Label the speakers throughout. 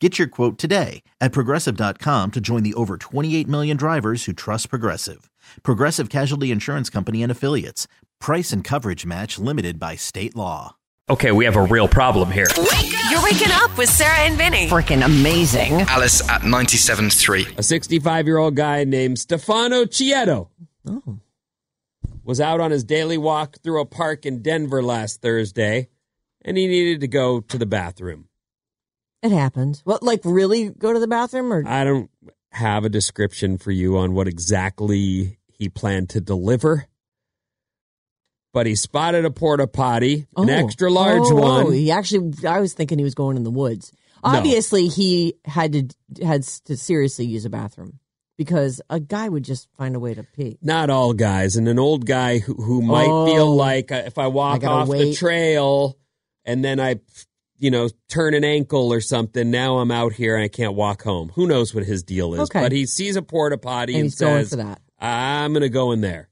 Speaker 1: Get your quote today at progressive.com to join the over 28 million drivers who trust Progressive. Progressive Casualty Insurance Company and Affiliates. Price and coverage match limited by state law.
Speaker 2: Okay, we have a real problem here.
Speaker 3: You're waking up with Sarah and Vinny.
Speaker 4: freaking amazing.
Speaker 5: Alice at 97.3.
Speaker 2: A 65 year old guy named Stefano Chieto
Speaker 6: Oh.
Speaker 2: was out on his daily walk through a park in Denver last Thursday, and he needed to go to the bathroom.
Speaker 6: It happens. What, like really go to the bathroom or?
Speaker 2: I don't have a description for you on what exactly he planned to deliver, but he spotted a porta potty, an
Speaker 6: Oh.
Speaker 2: extra large
Speaker 6: Oh,
Speaker 2: one.
Speaker 6: Oh, he actually, I was thinking he was going in the woods. Obviously, he had to had to seriously use a bathroom because a guy would just find a way to pee.
Speaker 2: Not all guys, and an old guy who, who might
Speaker 6: Oh.
Speaker 2: feel like uh, if I walk
Speaker 6: gotta
Speaker 2: off the
Speaker 6: wait.
Speaker 2: trail and then I, you know, turn an ankle or something, now I'm out here and I can't walk home. Who knows what his deal is?
Speaker 6: Okay.
Speaker 2: But he sees a porta potty
Speaker 6: And
Speaker 2: and,
Speaker 6: he's going
Speaker 2: says,
Speaker 6: for that.
Speaker 2: I'm going to go in there.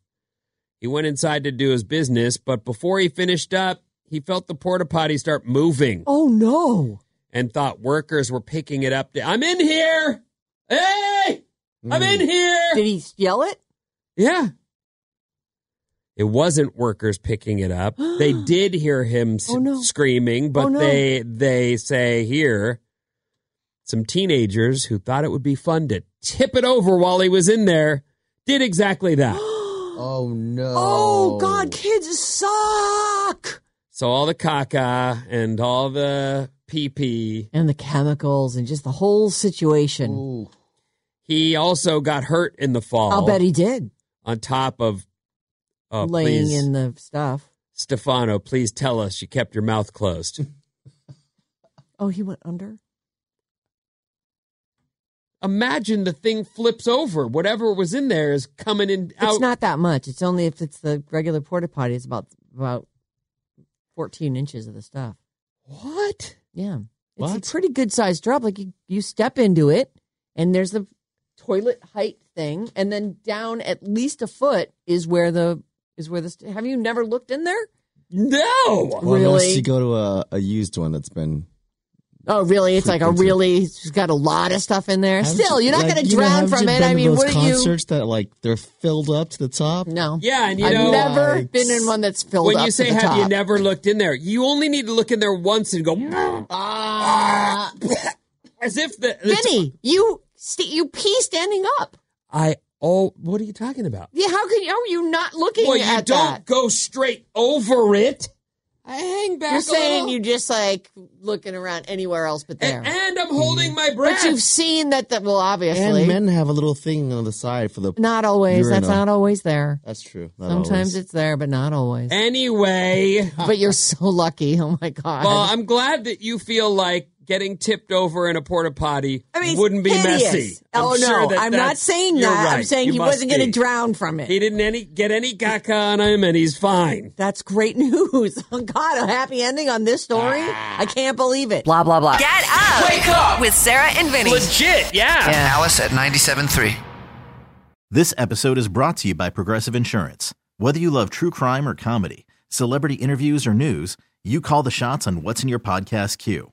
Speaker 2: He went inside to do his business, but before he finished up, he felt the porta potty start moving
Speaker 6: Oh no!
Speaker 2: and thought workers were picking it up. I'm in here. Hey, I'm in
Speaker 6: Mm.
Speaker 2: here.
Speaker 6: Did he yell it?
Speaker 2: Yeah. It wasn't workers picking it up. they did hear him s-
Speaker 6: Oh, no.
Speaker 2: screaming, but
Speaker 6: Oh, no.
Speaker 2: they they say here some teenagers who thought it would be fun to tip it over while he was in there did exactly that.
Speaker 7: Oh no!
Speaker 6: Oh God, kids suck.
Speaker 2: so all the caca and all the pee pee.
Speaker 6: And the chemicals and just the whole situation.
Speaker 7: Ooh.
Speaker 2: He also got hurt in the fall.
Speaker 6: I'll bet he did.
Speaker 2: on top of oh,
Speaker 6: laying
Speaker 2: please,
Speaker 6: in the stuff.
Speaker 2: Stefano, please tell us you kept your mouth closed.
Speaker 6: Oh, he went under.
Speaker 2: imagine the thing flips over. Whatever was in there is coming in out.
Speaker 6: It's not that much. It's only if it's the regular porta potty. It's about about fourteen inches of the stuff.
Speaker 2: what?
Speaker 6: Yeah, it's
Speaker 2: What?
Speaker 6: a pretty good sized drop. Like you, you step into it, and there's the toilet height thing, and then down at least a foot is where the is where the. st- Have you never looked in there?
Speaker 2: No.
Speaker 7: Well,
Speaker 6: really?
Speaker 7: Unless you go to a, a used one that's been.
Speaker 6: Oh, really? It's like a
Speaker 7: Frequency.
Speaker 6: really. It's got a lot of stuff in there.
Speaker 7: Haven't
Speaker 6: Still,
Speaker 7: you-
Speaker 6: you're not
Speaker 7: like,
Speaker 6: going to
Speaker 7: you know,
Speaker 6: drown
Speaker 7: haven't you
Speaker 6: from it.
Speaker 7: been
Speaker 6: I
Speaker 7: to
Speaker 6: mean,
Speaker 7: those
Speaker 6: what are you?
Speaker 7: concerts that like they're filled up to the top.
Speaker 6: No.
Speaker 2: Yeah, and you
Speaker 6: I've
Speaker 2: know
Speaker 6: never
Speaker 7: Yikes.
Speaker 6: been in one that's filled
Speaker 2: when
Speaker 6: up
Speaker 2: you say
Speaker 6: to the
Speaker 2: have
Speaker 6: top.
Speaker 2: you never looked in there, you only need to look in there once and go
Speaker 6: Ah.
Speaker 2: as if the the-
Speaker 6: Vinny, you st- you pee standing up.
Speaker 2: I oh, what are you talking about?
Speaker 6: Yeah, how can you? How are you not looking
Speaker 2: Well, you
Speaker 6: at
Speaker 2: don't
Speaker 6: that?
Speaker 2: go straight over it. I hang back.
Speaker 6: You're
Speaker 2: a
Speaker 6: saying
Speaker 2: little.
Speaker 6: you just like looking around anywhere else but there. Mm-hmm.
Speaker 2: and, and I'm holding my breath.
Speaker 6: but you've seen that. The, well, obviously,
Speaker 7: And men have a little thing on the side for the.
Speaker 6: not always. That's
Speaker 7: Urinal.
Speaker 6: not always there.
Speaker 7: That's true. Not
Speaker 6: Sometimes
Speaker 7: always.
Speaker 6: it's there, but not always.
Speaker 2: anyway.
Speaker 6: but you're so lucky. Oh my god.
Speaker 2: uh, Well, I'm glad that you feel like getting tipped over in a porta potty
Speaker 6: I mean, it's
Speaker 2: wouldn't be
Speaker 6: hideous.
Speaker 2: messy.
Speaker 6: oh
Speaker 2: I'm
Speaker 6: no,
Speaker 2: sure that
Speaker 6: I'm not
Speaker 2: that's-
Speaker 6: saying
Speaker 2: you're
Speaker 6: that. I'm
Speaker 2: right.
Speaker 6: saying
Speaker 2: You
Speaker 6: he
Speaker 2: must
Speaker 6: wasn't going
Speaker 2: be.
Speaker 6: to drown from it.
Speaker 2: He didn't any get any caca on him, and he's fine.
Speaker 6: That's great news. Oh God, a happy ending on this story.
Speaker 2: Ah.
Speaker 6: I can't believe it.
Speaker 4: Blah blah blah.
Speaker 3: Get up. Wake up with Sarah and Vinny.
Speaker 2: Legit, yeah.
Speaker 5: Alice at 97.3.
Speaker 1: This episode is brought to you by Progressive Insurance. Whether you love true crime or comedy, celebrity interviews or news, you call the shots on what's in your podcast queue.